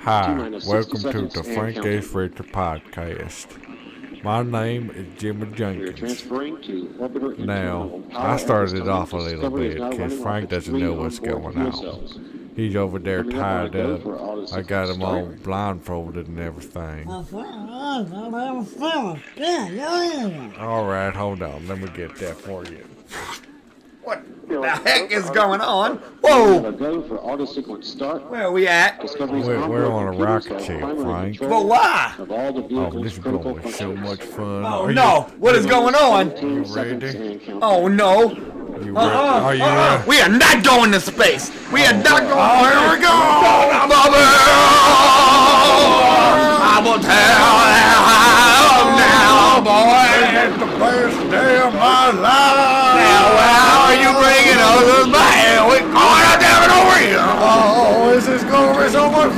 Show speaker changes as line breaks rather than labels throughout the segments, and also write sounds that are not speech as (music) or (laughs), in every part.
Hi,
minus
welcome
60
to
seconds
the
and
Frank
counting.
A. Frater podcast. My name is Jimmy
We are
Jenkins.
transferring to orbiter internal
Now,
power
I
at this
started it
time.
off a little
Discovery is
bit
now
because
running
Frank
off its
doesn't know
three
what's
onboard
going
fuel
on.
cells.
He's over there
Coming up on
tied
the go
up.
for all this
I got him all
starting.
blindfolded and everything.
I thought it was, but I was feeling it. Yeah, yeah, yeah.
All right, hold on. Let me get that for you.
What the heck
uh,
is going on? Whoa!
On the go for auto sequence start.
Where are we at?
Discovery's
We're- we're
onboard
on a
computer
rocket
cells
ship,
primary
Frank.
control
But why?
Of all the
Oh,
vehicle's
this is
critical
going to be so
functions.
much fun.
Oh
Are you-
no! What is going on?
15
You
seconds
ready?
and counting.
Oh no!
You re-
Uh-uh,
Are you
uh-uh.
ready?
We are not going to space. We are not going. Oh, here we go, Bubba. I will tell you how now, boy.
It's the best day of my life!
Now, how are you bringing us back? We're going down and over here.
Oh, this is gonna be so much fun!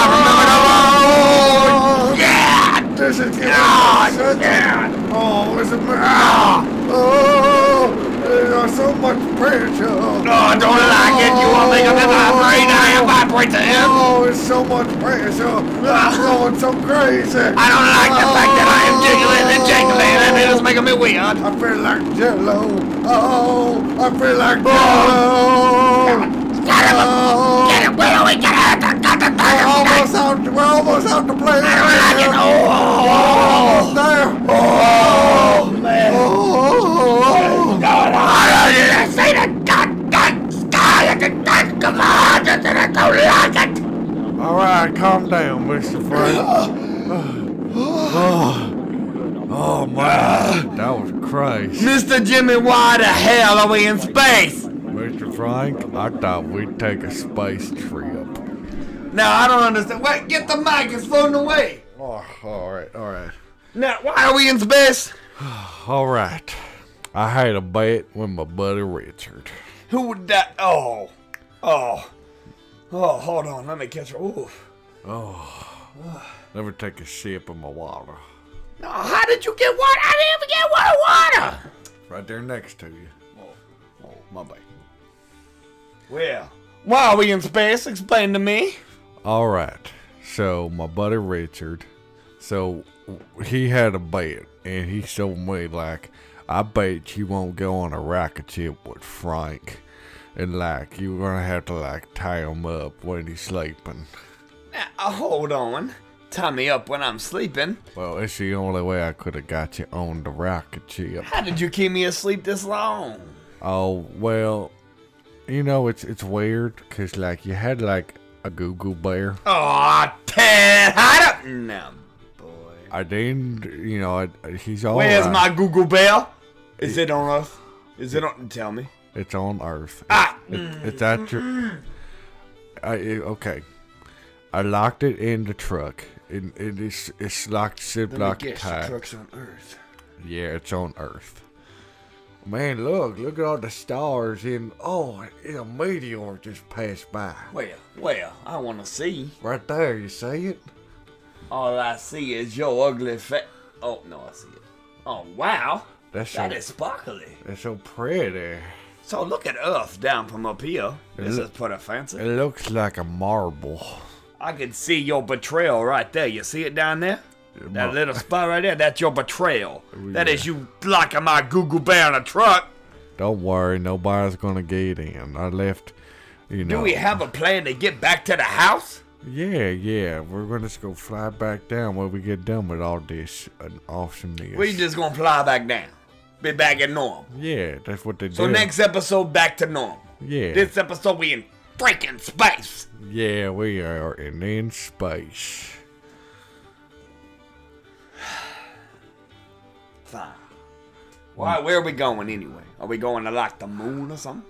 I remember the road. Yeah.
This is
God,
such-
Ah, yeah.
Oh, this is
Ah.
oh, there's so much pressure.
No, Oh, I don't like it. You won't make up that vibrate. I am vibrate to him.
Oh, it's so much pressure. I'm going so crazy.
Ah. I don't like the fact that I am jiggling and jangling and it is making me weird.
I feel like Jello. Oh, I feel like Jello.
Get him! Get him! Where are we? Get him! Got
We're
the thing!
Oh, almost out. We're almost out to play.
I don't like it! Oh!
There.
Oh! Man!
Oh,
I don't see the god, god, sky and the god, come on! Just I don't like it!
All right, calm down, Mr.
(sighs)
Frank. Oh, oh
Ah.
man, that was crazy.
Mr. Jimmy, why the hell are we in space?
Mr. Frank, I thought we'd take a space trip.
Now, I don't understand. Wait, get the mic, it's floating away!
Oh, all right, all right.
Now, why are we in space?
All right. I had a bet with my buddy Richard.
Who would that? Oh, oh, oh! Hold on, let me catch her. Ooh.
Never take a sip of my water.
No, how did you get water? I didn't even get water. Water.
Right there next to you. Oh, my bad.
Well, why are we in space? Explain to me.
All right. So my buddy Richard, so he had a bet, and he told me like, I bet you won't go on a rocket ship with Frank, and like you're gonna have to like tie him up when he's sleeping.
Now, uh, hold on. Tie me up when I'm sleeping.
Well, it's the only way I could have got you on the rocket ship.
How did you keep me asleep this long?
Oh well, you know it's it's weird because like you had like a Google Bear.
Oh, Ted, I don't. No, boy.
I didn't, you know, I, I- he's all.
Where's
right.
my Google Bell? Is it on Earth? Is it on? Tell me.
It's on Earth.
Ah.
It- it's at your. I it- okay. I locked it in the truck. It, it is it's locked ziploc tight.
trucks on Earth.
Yeah, it's on Earth. Man, look! Look at all the stars and oh, a meteor just passed by.
Well, well, I want to see.
Right there, you see it?
All I see is your ugly face. Oh no, I see it. Oh wow,
That's so,
that is sparkly.
that's so pretty.
So look at Earth down from up here. This
Look.
is pretty fancy.
It looks like a marble.
I can see your betrayal right there. You see it down there? That
Mar-
little spot right there. That's your betrayal.
Oh,
That
yeah.
is you locking my Google Bear in a truck.
Don't worry, nobody's gonna get in. I left, you know.
Do we have a plan to get back to the house?
Yeah, yeah. We're gonna just go fly back down when we get done with all this uh, awesomeness.
We just gonna fly back down. Be back at normal.
yeah, that's what they
So
do.
next episode, back to normal.
yeah,
This episode, we in freaking space.
yeah, we are in, in space.
Fine.
Mm.
Why? Where are we going anyway? Are we going to like the moon or something?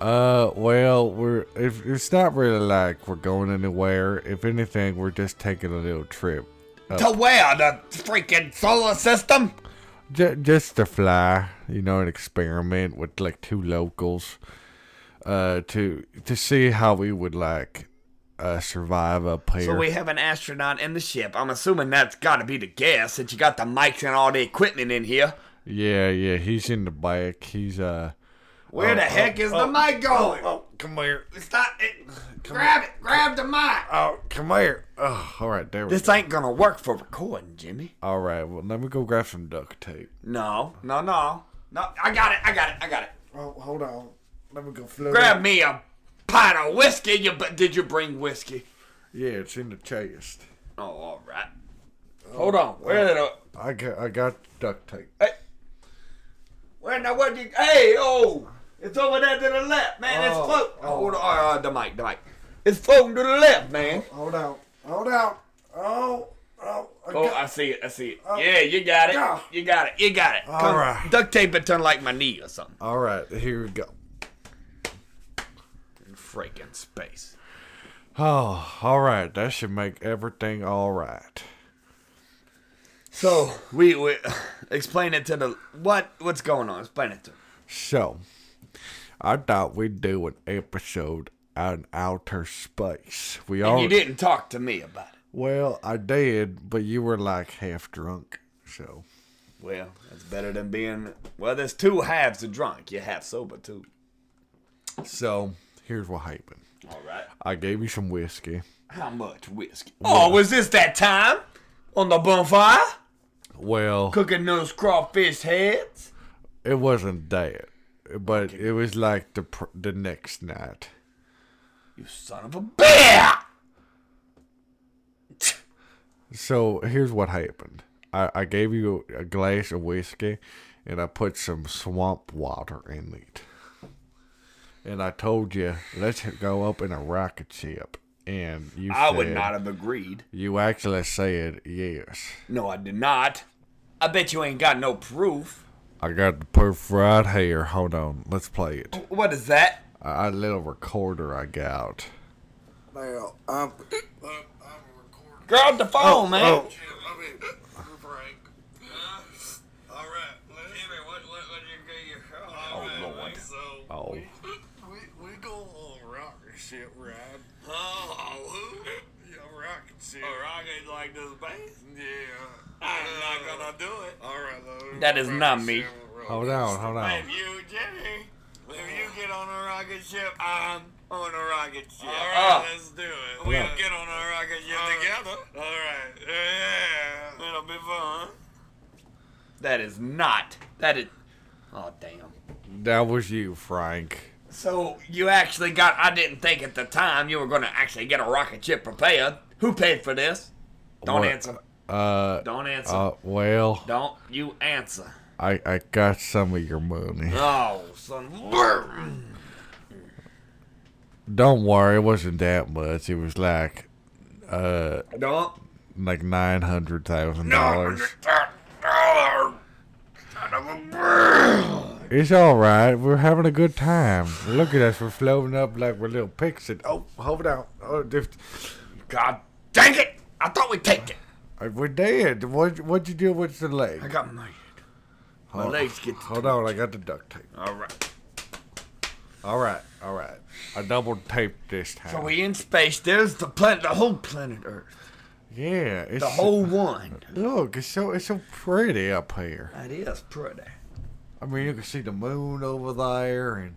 Uh, well, we're if it's not really like we're going anywhere. If anything, we're just taking a little trip,
To where? The freaking solar system?
J- just to fly, you know, an experiment with like two locals, uh, to to see how we would like uh survive up here.
So we have an astronaut in the ship. I'm assuming that's got to be the gas that you got the mics and all the equipment in here.
Yeah, yeah, he's in the back. He's uh
Where the heck is the mic going?
Oh, come here.
Stop it. Grab it. Grab the mic.
Oh, come here. Oh, all right, there we
This ain't gonna work for recording, Jimmy.
All right, well, let me go grab some duct tape.
No, no, no. No, I got it. I got it. I got it.
Oh, hold on. Let me go float.
Grab me a pint of whiskey. You, but did you bring whiskey?
Yeah, it's in the chest.
Oh, all right. Hold on.
Oh.
Where the
I got, I got duct tape.
Hey. Where now? What you? Hey, oh, it's over there to the left, man. it's
Oh,
floating.
oh.
Hold on, uh, the mic, the mic. It's floating to the left, man.
Hold out. Hold out. Oh, oh. I
Oh, I
got-
see it. I see it. yeah, you got it.
yeah.
You got it. You got it.
All right.
Duct tape it to like my knee or something.
all right, here we go.
Freaking space.
Oh, all right. That should make everything all right.
So we, we (laughs) explain it to the what what's going on. Explain it to. 'em.
So, I thought we'd do an episode on outer space. We
And
all
you didn't talk to me about it.
well, I did, but you were like half drunk. So,
Well, that's better than being. Well, there's two halves of drunk. You're half sober too.
so here's what happened.
All right.
I gave you some whiskey.
How much whiskey? Oh, was this that time on the bonfire
Well,
cooking those crawfish heads?
it wasn't that, but it was like the pr- the next night.
You son of a bear! (laughs)
So here's what happened. I, I gave you a glass of whiskey, and I put some swamp water in it. And I told you let's go up in a rocket ship, and you
I
said,
would not have agreed.
You actually said yes.
No, I did not. I bet you ain't got no proof.
I got the proof right here. Hold on, let's play it.
What is that?
I, I little recorder I got.
Now, I'm, I'm, I'm a recorder.
Grab the phone, man.
I mean, we're Frank. all right. Jimmy, what, what, what you get your All right,
Lord.
man, So,
Oh.
we, we, we go on a rocket ship ride. Oh, who? Yeah, rocket ship. A rocket like this base? Yeah. I'm not gonna do it. All right, Lord.
That is not me.
Hold on, hold on.
you, Jimmy, if you get on a rocket ship,
Um,
I'm on a rocket ship. All
Ah.
right, let's do it. We'll
Yeah.
get on a rocket ship together. All right. Yeah. It'll be fun.
That is not. That is. Oh damn.
That was you, Frank.
So you actually got? I didn't think at the time you were going to actually get a rocket ship prepared. Who paid for this? Don't
What?
answer.
Uh,
Don't answer.
uh, well,
Don't you answer.
I, I got some of your money.
Oh, son.
Don't worry, it wasn't that much. It was like
Don't.
like nine hundred thousand dollars. It's all right. We're having a good time. Look at us. We're floating up like we're little pixies. Oh, hold on. Oh, if,
God dang it! I thought we'd take it.
if uh, we're dead. What what'd you do with the leg?
I got my. My
Hold-
legs get.
Hold on, I got the duct tape.
All right.
All right, all right. I double taped this time.
So we in space. There's the planet, the whole planet Earth,
yeah, it's (laughs)
the whole one.
look. It's so it's so pretty up here.
That is pretty.
I mean, you can see the moon over there, and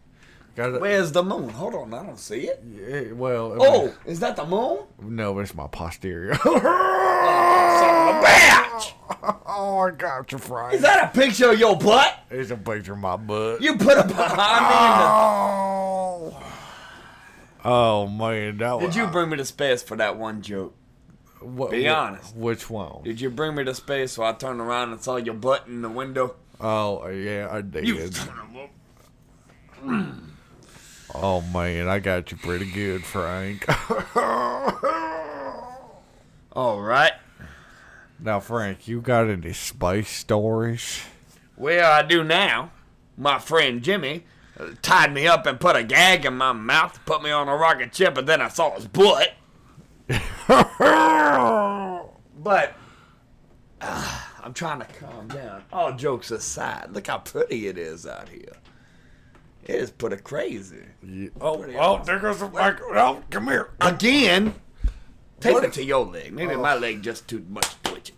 got a-
Where's the moon? Hold on, I don't see it.
Yeah, well, I mean-
Oh, is that the moon?
No, it's my posterior. (laughs)
Son of a bitch!
oh, I got you, Frank.
Is that a picture of your butt?
it's a picture of my butt.
You put (laughs) it behind
oh.
(laughs)
oh, man. That
me. In the-
was,
Did you bring me to space for that one joke?
What-
be
wh-
honest.
Which one?
Did you bring me to space so I turned around and saw your butt in the window?
oh, yeah, I did.
You son of a-
oh, man. I got you pretty good, Frank. (laughs)
All right.
now, Frank, you got any space stories? (laughs)
Well, I do now. My friend Jimmy uh, tied me up and put a gag in my mouth, put me on a rocket ship, and then I saw his butt. But ah, I'm trying to calm down. All jokes aside, look how pretty it is out here. It is pretty crazy.
Oh, oh, there goes the mic. Oh, come here. Oh.
Again, take it to your leg. Maybe my leg just too much twitching.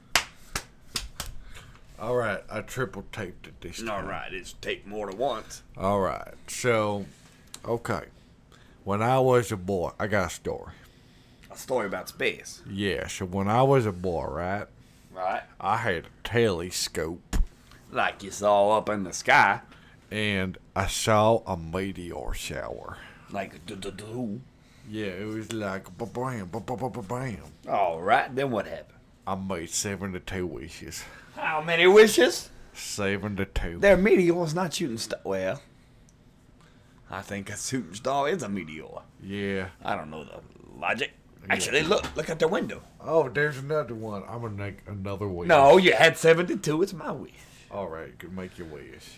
All right, I triple taped it this time.
All right, it's take more than once.
All right. So, okay. When I was a boy, I got a story.
A story about space,
Yeah. So when I was a boy, right,
right?
I had a telescope
Like you saw up in the sky,
and I saw a meteor shower.
like do do do.
Yeah, it was like ba bam, ba ba ba ba bam.
All right, then what happened?
I made seventy-two wishes.
How many wishes?
Seventy-two.
Their meteor's not shooting star. Well, I think a shooting star is a meteor.
Yeah.
I don't know the logic. Actually, look, look at the window.
Oh, there's another one. I'm gonna make another wish.
No, you had 72. It's my wish.
All right, good. Make your wish.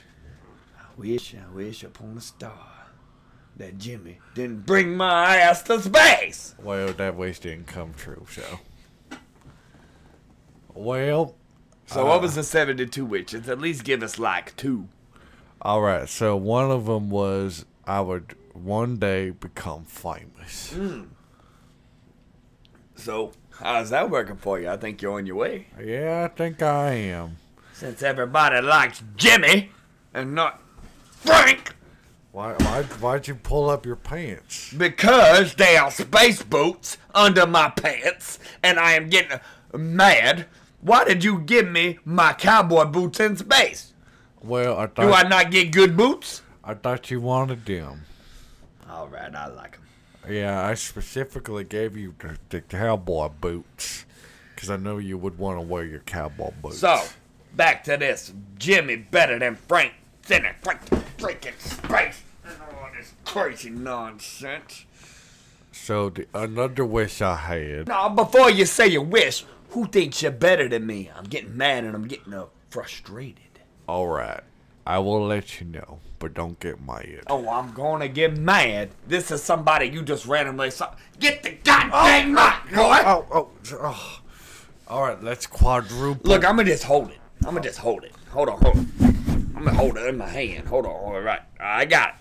I wish, I wish upon a star that Jimmy didn't bring my ass to space.
Well, that wish didn't come true. So. Well,
So what was the 72 witches? At least give us like two.
All right, so one of them was I would one day become famous.
So how's that working for you? I think you're on your way.
Yeah, I think I am.
Since everybody likes Jimmy and not Frank
Why, why, why'd you pull up your pants?
because they are space boots under my pants and I am getting mad. Why did you give me my cowboy boots in space?
Well, I
Do I
thought
not get good boots?
I thought you wanted them.
All right, I like them.
Yeah, I specifically gave you the, the cowboy boots because I know you would want to wear your cowboy boots.
So, back to this. Jimmy better than Frank. Send it Frank to freaking space. And all this crazy nonsense.
so the, another wish I had.
Now, before you say your wish, who thinks you're better than me? I'm getting mad and I'm getting uh, frustrated.
All right, I will let you know, but don't get mad.
Oh, I'm gonna get mad. This is somebody you just randomly saw. Get the goddamn mic, boy!
Oh, oh, oh. All right, let's quadruple.
Look, I'm gonna just hold it. I'm gonna just hold it. Hold on, hold on. I'm gonna hold it in my hand. Hold on. All right, I got it.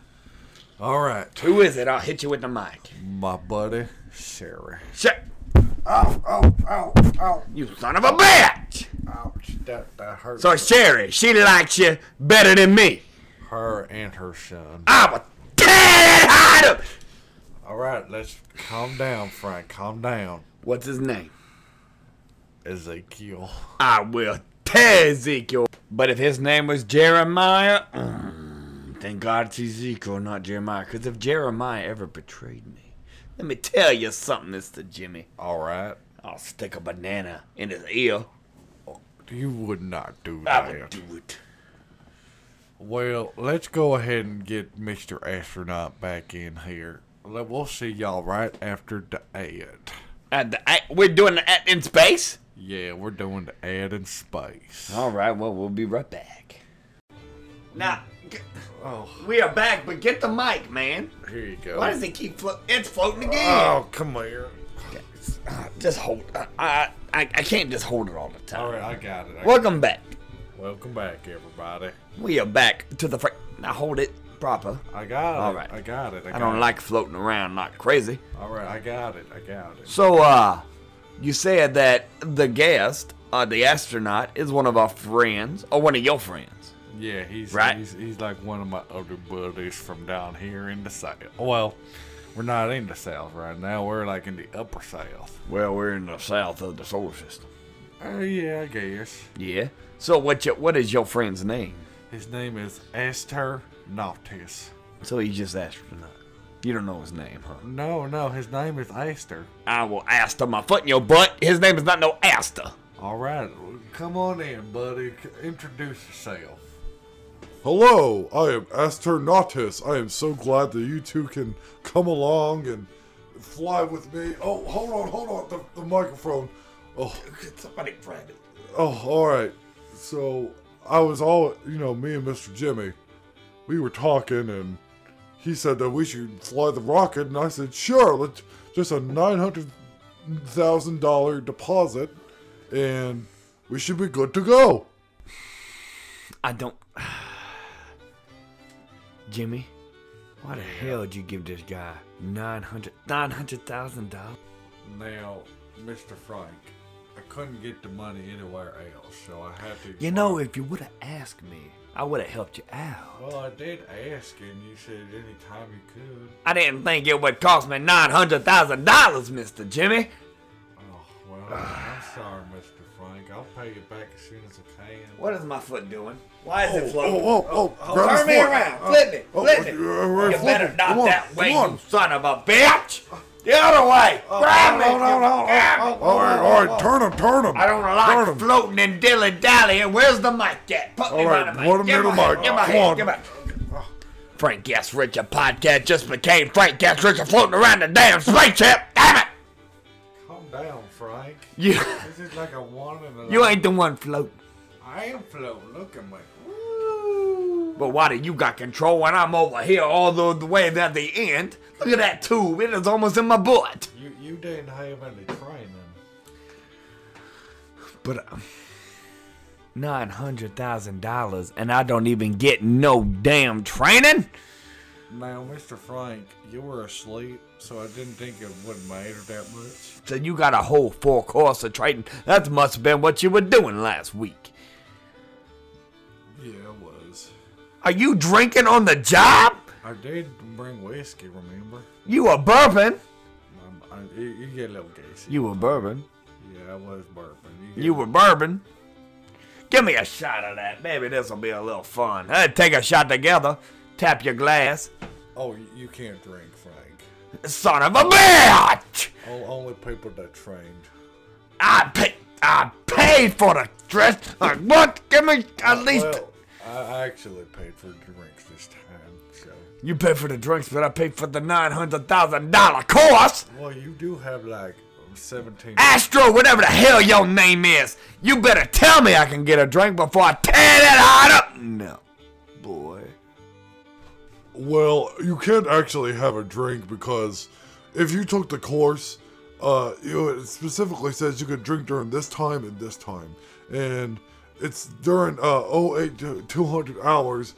All right,
Who is it? I'll hit you with the mic.
my buddy Sherry.
Shit!
Ow, ow, ow, ow,
You son of a bitch!
ouch! That that hurt.
So Sherry, she likes you better than me.
her and her son.
I was dead hard.
All right, let's calm down, Frank. Calm down,
What's his name?
Ezekiel.
I will tear Ezekiel. But if his name was Jeremiah, mm, thank God it's Ezekiel, not Jeremiah. Because if Jeremiah ever betrayed me, let me tell you something, Mr. Jimmy.
All right,
I'll stick a banana in his ear.
you would not do
I would
that.
do it.
Well, let's go ahead and get Mister Astronaut back in here. Let- We'll see y'all right after the ad.
At the, I, we're doing the at in space?
Yeah, we're doing the ad in space.
All right, well, we'll be right back. Now, g-
Oh,
we are back, but get the mic, man.
here you go.
Why does it keep floating? It's floating again.
Oh, come here.
Uh, Just hold. I, I I I can't just hold it all the time.
All right, I got it. I-
Welcome back.
Welcome back, everybody.
We are back to the. Fr- now hold it proper.
I got it.
All right.
I got it. I,
I
got
don't
it.
like floating around like crazy.
All right, I got it. I got it.
So uh, you said that the guest, uh, the astronaut, is one of our friends or one of your friends.
Yeah, he's
Right.
he's he's like one of my other buddies from down here in the south. Well, we're not in the south right now. We're like in the upper south.
Well, we're in the south of the solar system.
Oh yeah, I guess.
Yeah. So what? Your, what is your friend's name?
His name is Aster Nautis.
So he's just astronaut. You don't know his name, huh?
No, no, his name is Aster.
I will aster my foot in your butt. His name is not no aster.
All right, come on in, buddy. C- Introduce yourself.
Hello, I am Asternautus. I am so glad that you two can come along and fly with me. Oh, hold on, hold on, the, the microphone. Oh,
Somebody grab it.
oh, all right. So I was all, you know, me and Mr. Jimmy, we were talking, and he said that we should fly the rocket, and I said, sure, let's just a nine hundred thousand dollar deposit, and we should be good to go.
I don't. (sighs) Jimmy, why the hell did you give this guy nine hundred nine hundred thousand dollars?
Now, Mr. Frank, I couldn't get the money anywhere else, so I had to.
You know, if you would have asked me, I would have helped you out.
Well, Oh, I did ask, and you said anytime you could.
I didn't think it would cost me nine hundred thousand dollars, Mister Jimmy.
Oh, well, I'm sorry, Mr. Frank. I'll pay you back as soon as I can.
What is my foot doing? Why is it
Oh,
floating?
oh, oh, grab his
Turn me
foot.
around, flip me,
oh,
flip me.
uh, uh,
you
flip
better
it.
not
Come on,
that way,
come on. Oh,
you son of a bitch. The other way. Grab me.
No, no, no.
Grab me.
Oh, all right, all right, turn him, turn him.
I don't
turn
like
him.
floating and dilly dallying. Where's the mic at? Put me by
All right,
the mic.
put him
Give
in the
my hand,
mic.
Give my
Come
hand.
on.
Give my. Frank Gets Rich, a podcast just became Frank Gets Rich, floating around the damn spaceship. Damn it!
Calm down, Frank.
You,
This is like a one and a.
(laughs) you ain't the one floating.
I am floating. Look at me.
But why do you got control when I'm over here all the, the way at the end? Look at that tube. It is almost in my butt.
You you didn't have any training.
But um, nine hundred thousand dollars, and I don't even get no damn training.
Now, Mr. Frank, you were asleep, so I didn't think it would matter that much.
So you got a whole four course of training. That must have been what you were doing last week.
Yeah, it was.
Are you drinking on the job?
I did bring whiskey, remember?
You were bourbon.
Um, I, you, you get a little gassy.
You were bourbon.
yeah, I was burping. get-
You were bourbon. Give me a shot of that. Maybe this will be a little fun. Hey, take a shot together. Tap your glass.
Oh, you- you can't drink, Frank.
Son of a bitch!
O- only people that trained.
I paid. I paid for the dress. Like what? Give me at least.
Well, I I actually paid for drinks this time, so.
You paid for the drinks, but I paid for the nine hundred thousand dollar course.
Well, you do have like 17.
Astro, whatever the hell your name is, you better tell me I can get a drink before I tear that heart up. No, boy.
Well, you can't actually have a drink because if you took the course, uh, you it specifically says you could drink during this time and this time, and it's during uh 08 to 200 hours.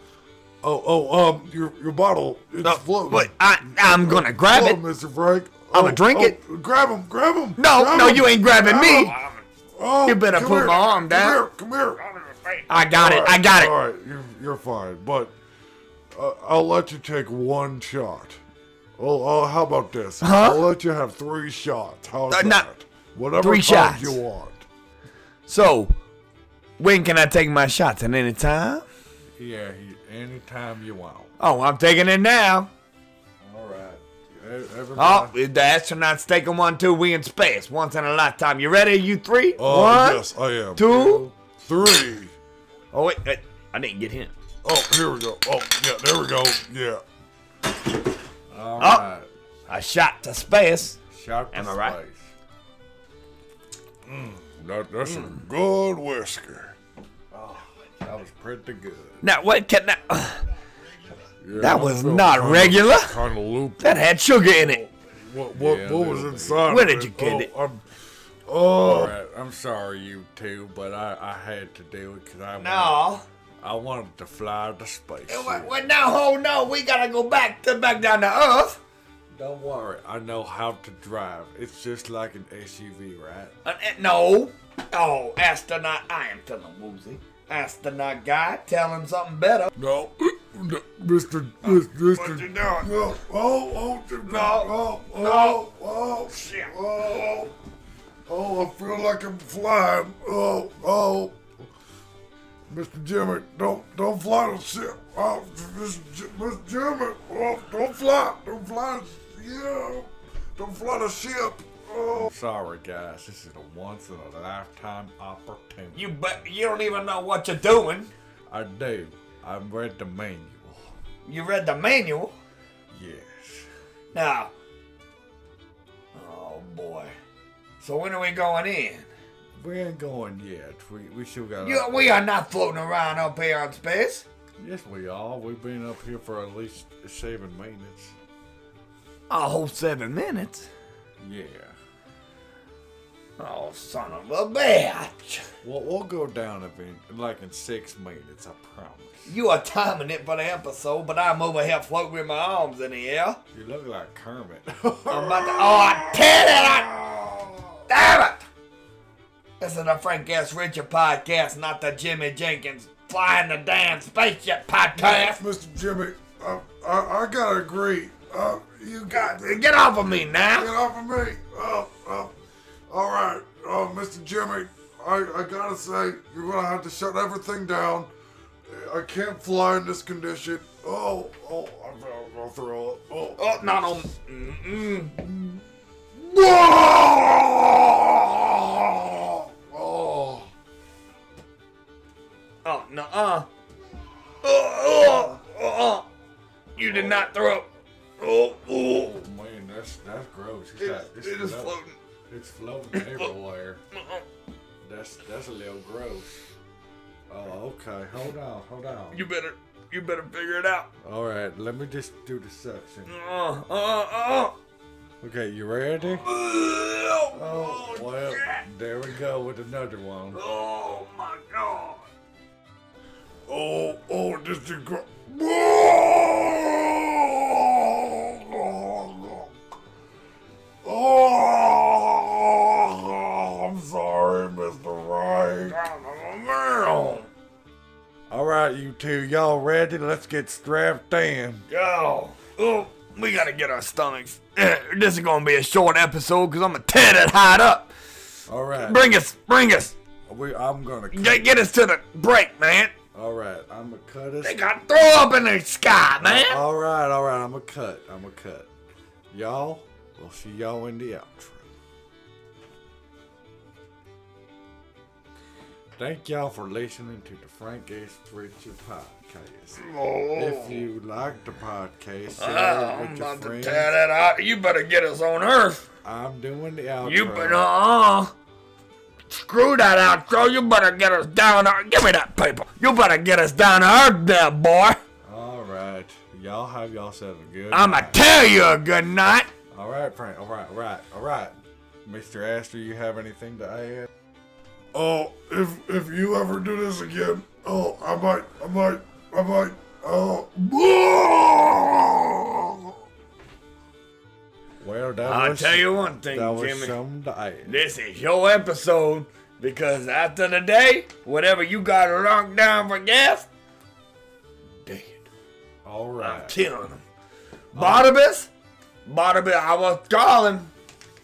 Oh, oh, um, your your bottle it's
No,
floating.
but I, I'm gonna grab
Hello,
it.
Mr. Frank. Oh,
I'ma drink it.
Grab him, grab him.
No,
grab
no,
him.
you ain't grabbing
Grab
me.
him. Oh,
You better
come
put
here.
my arm down.
Come here, come here.
I got it.
All
I
right,
got
All
it.
right, you're, you're fine, but uh, I'll let you take one shot. Well, uh, how about this? I'll let you have three shots. How's
Uh,
that?
not-
Whatever
three
kind
shots.
you want.
So, when can I take my shots? At any time?
Yeah, he, anytime you want.
Oh, I'm taking it now.
All right. E-
Oh,
Everybody.
the astronaut's taking one too. We in space, once in a lifetime. You ready? You three?
Oh,
Uh,
One,
yes, I am.
two.
Three.
Oh wait, wait, I didn't get him.
Oh, here we go. Oh, yeah, there we go. Yeah.
All
Oh.
right.
A shot to space.
Shot to
Am I right?
space. Mm,
That, that's some good whiskey.
That was pretty good.
Now what can (sighs) that? that was not regular.
Kind of loopy.
That had sugar in it.
What, what,
Yeah,
what
there
was
we go.
inside?
Where
of
did you get
Oh,
it?
I'm- oh,
All right. I'm sorry, you two, but I, I had to do it because I wanted,
No.
I wanted to fly to space.
Wait, wait, now hold no. We gotta go back to back down to Earth.
Don't worry, I know how to drive. It's just like an SUV, right?
Uh, eh, no. Oh, astronaut. I am feeling woozy. Astronaut guy, tell him something better.
No, (clears throat) no, Mr. Mr. Mr.
you doing? No,
Oh, oh, oh, no, oh, oh,
no.
oh,
Shit.
oh, oh, I feel like I'm flying. Oh, oh, Mr. Jimmy, don't, don't fly the ship. Oh, Mr. J- Mr. Jimmy, oh, don't fly, don't fly, yeah, don't fly the ship. Oh,
Sorry, guys, this is a once in a lifetime opportunity.
You but you don't even know what you're doing.
I do. I read the manual.
You read the manual.
Yes.
Now. Oh boy. So when are we going in?
We ain't going yet. We, we still got.
You, we are not floating around up here on space.
Yes, we are. We've been up here for at least seven minutes.
A whole seven minutes.
Yeah.
Oh, son of a bitch.
We'll, we'll go down in like in six minutes. I promise.
You are timing it for the episode, but I'm over here floating with my arms in the air.
You look like Kermit. (laughs)
I'm about to. Oh, I tear it! I, damn it! This is the Frank S. Richard podcast, not the Jimmy Jenkins flying the damn spaceship podcast.
Mr. Jimmy, I, I, I gotta agree. Uh, you got me.
Get off of me
Get
now.
off of me. Oh, oh. All right, oh, Mr. Jimmy, I, I gotta say, you're gonna have to shut everything down. I can't fly in this condition. Oh, oh, I'm gonna go throw up. Oh, oh.
Oh, not on. Mm-mm.
(laughs) Oh.
Oh, no. Uh. Oh, oh, oh, oh. You did not throw. Oh, oh.
Oh man, that's that's gross. It's,
It,
got-
it
it's
is
float-
floating. Uh-huh.
It's
(laughs)
floating everywhere. That's that's a little gross. Oh, okay. Hold on, hold on.
You better, you better figure it out.
All right, let me just do the suction.
Uh, uh, uh.
Okay, you ready?
Oh,
Oh, well, there we go with another one.
oh my god.
Oh, oh, this is gr- (laughs) Oh, Oh, I'm sorry, Mr. Wright.
All right, you two, y'all ready? Let's get strapped in.
Yo, oh, we gotta get our stomachs. (clears throat) Eh, This is gonna be a short episode because I'm gonna tear that hide up.
All right,
Bring us, bring us.
we, I'm gonna. Cut,
Get, get us to the break, man.
all right, I'm gonna cut us.
They got throw up in the sky, man.
All right, all right, I'm gonna cut. I'm gonna cut. Y'all, we'll see y'all in the outro. Thank y'all for listening to the Frank S. Richard podcast. If you like the podcast, share it
Oh. Ah,
with
I'm
your
about to
friends.
tear that out. You better get us on Earth.
I'm doing the outro.
You better, uh, screw that outro. You better get us down. To, give me that paper. You better get us down to Earth, there, boy.
All right, y'all have yourself a good.
I'ma
night.
tell you a good night.
All right, Frank. All right, all right, all right. Mr. Astor, you have anything to add?
Oh, if if you ever do this again, oh, I might, I might, I might, oh.
Well, that
I'll
was,
tell you one thing,
that was
Jimmy.
something to add.
This is your episode because after the day, whatever you got locked down for gas, dead.
All
I'm
right.
killing him. Barnabas, Barnabas, I was calling.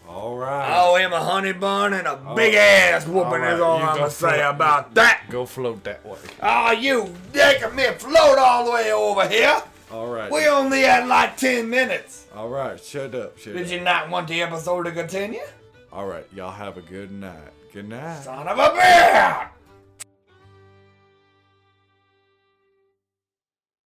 All right.
I owe Oh, him a honey bun and a big ass whooping
Alright,
is all
Oh, you
I'm
go
gonna say
float.
about that.
Go float that way.
Oh, you making me float all the way over here.
All right.
We only had like 10 minutes.
All right. Shut up. Shut
Did
up.
you not want the episode to continue?
All right. Y'all have a good night. Good night.
Son of a bitch!